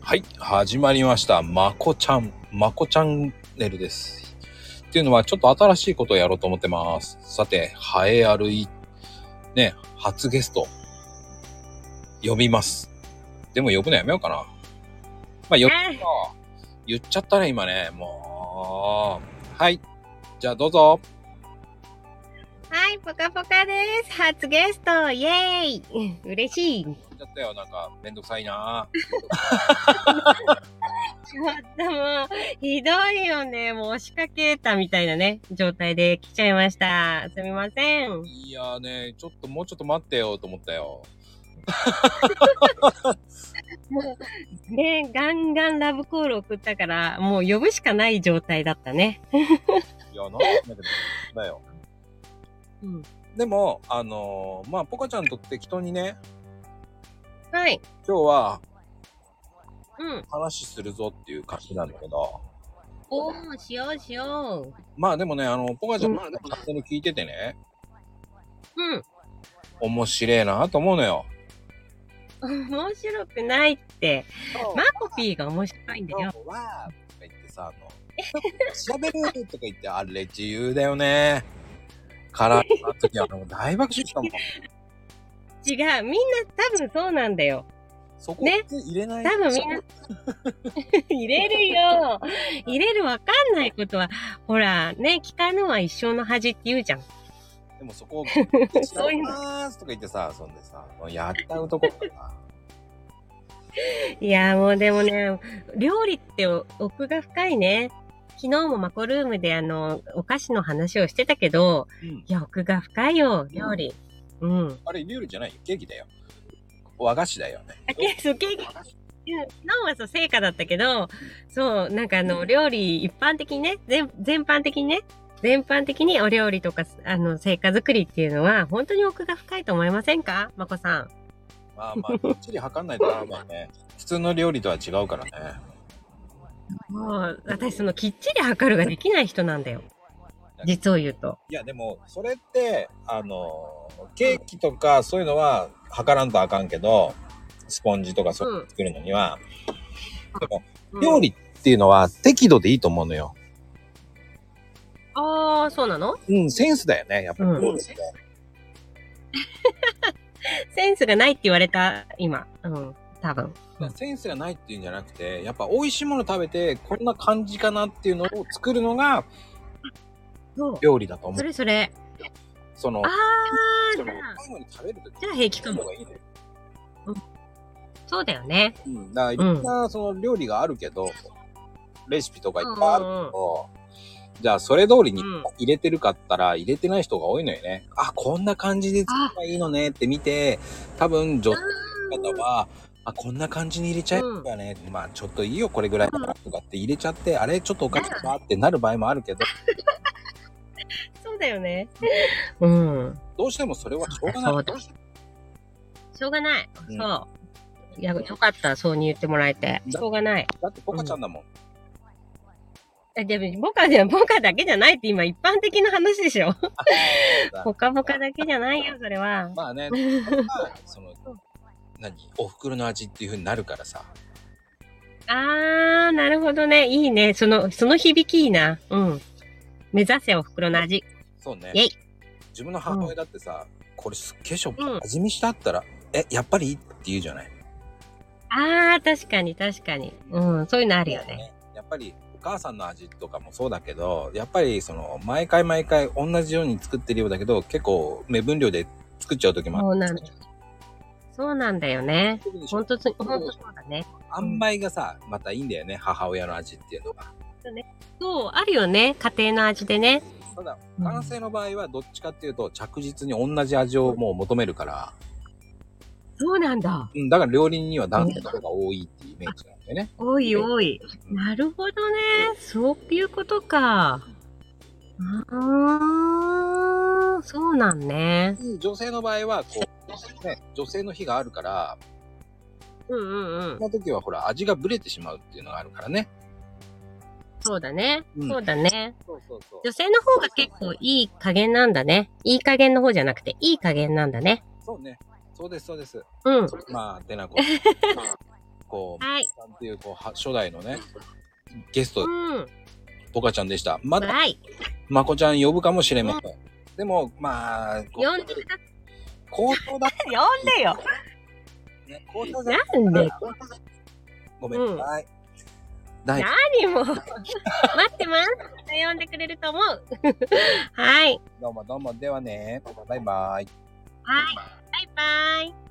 はい、始まりました。まこちゃん、まこチャンネルです。っていうのは、ちょっと新しいことをやろうと思ってます。さて、ハエ歩い、ね、初ゲスト、呼びます。でも呼ぶのやめようかな。まあ、呼ぶの言っちゃったね、今ね。もう。はい。じゃあ、どうぞ。はい、ぽかぽかです。初ゲスト、イエーイ うん嬉しい。ち言ょっちゃったよ。なんか、めんどくさいな。っともう、ひどいよね。もう押しかけたみたいなね、状態で来ちゃいました。すみません。いやーね、ちょっともうちょっと待ってよ、と思ったよ。ね、ガンガンラブコール送ったから、もう呼ぶしかない状態だったね。いや、なんでだけど、だよ。うん、でも、あのーまあ、ポカちゃんと適当にね、はい。今日はうん。話するぞっていう感じなんだけど、おー、しようしよまあでもね、あの、ポカちゃん、うんまあでも勝手に聞いててね、う。うん。面白えなと思うのよ。面白くないって。マコピーが面白いんだ今よ。日は、とか言ってさ、あの、調べるとか言って、あれ自由だよね。から、あの時はもう大爆笑したもん。違う。みんな多分そうなんだよ。そこ入れない、多分みんな、 入れるよ。入れるわかんないことは、ほら、ね、聞かぬは一生の恥って言うじゃん。でもそこを、そ調ういべうのまーすとか言ってさ、そんでさ、もうやっちゃうとこだな。いや、もうでもね、料理って奥が深いね。昨日もマコルームであの、お菓子の話をしてたけど、うんいや、奥が深いよ、料理。うん。あれ、料理じゃないよ。ケーキだよ。和菓子だよね。あケーキそうケーキ和菓子昨日はそう、成果だったけど、そう、なんかあの、料理一般的にね、全、全般的にね、全般的にお料理とか、あの、成果作りっていうのは、本当に奥が深いと思いませんかまこさん。まあまあ、きっちり測んないとな、まあね。普通の料理とは違うからね。もう、私その、きっちり測るができない人なんだよ。実を言うと。いや、でも、それって、あの、ケーキとかそういうのは測らんとあかんけど、スポンジとかそういうの作るのには、料理っていうのは適度でいいと思うのよ。ああ、そうなのうん、センスだよね、やっぱり。うん料理ってセンスがないって言われた、今。うん、多分。センスがないっていうんじゃなくて、やっぱ美味しいもの食べて、こんな感じかなっていうのを作るのがそう。料理だと思。そうれそれ。そのあ、あ、そじゃのあ、最後に食べるときじゃあ平気かも。がいいのよそうだよね。うん、だからいろんなその料理があるけど、レシピとかいっぱいあるけど、じゃあそれ通りにうん入れてるかったら入れてない人が多いのよね。あ、こんな感じで作ればいいのねって見て、多分女性の方は、あ、こんな感じに入れちゃえばいいんだね、まあちょっといいよこれぐらいだなとかって入れちゃって、あれちょっとおかしいなってなる場合もあるけど、そうだよね。 うん。どうしてもそれはしょうがそなうい。だしょうがない。うんそう。いや、よかった。そうに言ってもらえて。しょうがない。だってポカちゃんだもん。え、でも、ボカじゃ、ボカだけじゃないって今一般的な話で しょ。ボカボカだけじゃないよ、それは。まあね、まあその、何お袋の味っていう風になるからさ。あー、なるほどね。いいね。その、その響きいいな。うん。目指せお袋の味。そうねイェイ。自分の母親だってさ、これすっげえしょ、うん味見したったら、え、やっぱりって言うじゃない。あー、確かに確かに。うん、そういうのああるよね。。やっぱりお母さんの味とかもそうだけど、やっぱりその、毎回毎回同じように作ってるようだけど、結構目分量で作っちゃう時もあそうる。なんだ。そうなんだよね。特にしょほんとつ、ほんとそうだね。塩梅がさ、またいいんだよね、母親の味っていうのが。そう、あるよね。家庭の味でね。ただ、うん男性の場合はどっちかっていうと、着実に同じ味をもう求めるから、そうなんだ。うん、だから料理人には男性の方が多いっていうイメージなんだよね。おいおい。なるほどね。そういうことか。あー、そうなんね。うん女性の場合は、こう、ね、女性の日があるから、うんうんうんそ。の時はほら、味がブレてしまうっていうのがあるからね。そうだね。うんそうだね。そうそうそう。女性の方が結構いい加減なんだね。いい加減の方じゃなくて、いい加減なんだね。そうね。そうです、そうです。うん。まあ、てなこと。 こう、はい。さんっていうこうは初代のね、ゲスト、うん。ポカちゃんでした。まだ、はい。まこちゃん呼ぶかもしれません。でも、まあ、こ呼んで、好評だっ呼んでよ。たね。好評だっなんで、た。ごめんなさい。第何も。 待ってます。 呼んでくれると思う。 はい。どうもどうも。ではね。バイバイ。はい。バイバイ。